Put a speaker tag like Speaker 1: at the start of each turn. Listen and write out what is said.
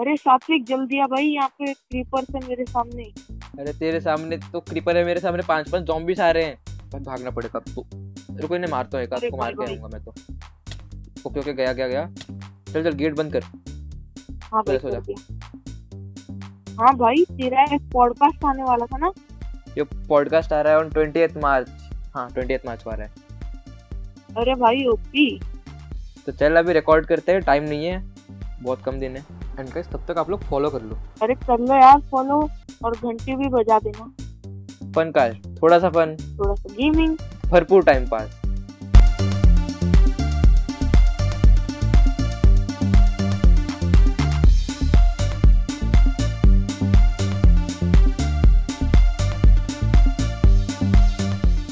Speaker 1: अरे सात्विक जल्दी आ भाई यहाँ पे क्रीपर्स है मेरे सामने
Speaker 2: अरे तेरे सामने तो क्रीपर है मेरे सामने पांच पांच जॉम्बीस आ रहे हैं पर भागना पड़ेगा अब तो रुको इन्हें मारता हूँ एक
Speaker 1: अरे
Speaker 2: आपको मार के
Speaker 1: भाई,
Speaker 2: आऊंगा मैं तो ओके ओके गया गया गया चल चल गेट बंद कर
Speaker 1: हाँ भाई
Speaker 2: बस हो जा।
Speaker 1: कर दिया। हाँ भाई तेरा एक पॉडकास्ट आने वाला था ना
Speaker 2: ये पॉडकास्ट आ रहा है ऑन ट्वेंटी मार्च हाँ ट्वेंटी मार्च को आ रहा है
Speaker 1: अरे भाई ओपी
Speaker 2: तो चल अभी रिकॉर्ड करते हैं टाइम नहीं है बहुत कम दिन है एंड गाइस तब तक आप लोग फॉलो कर लो
Speaker 1: अरे कर लो यार फॉलो और घंटी भी बजा देना
Speaker 2: फन का थोड़ा सा फन
Speaker 1: थोड़ा सा गेमिंग
Speaker 2: भरपूर टाइम पास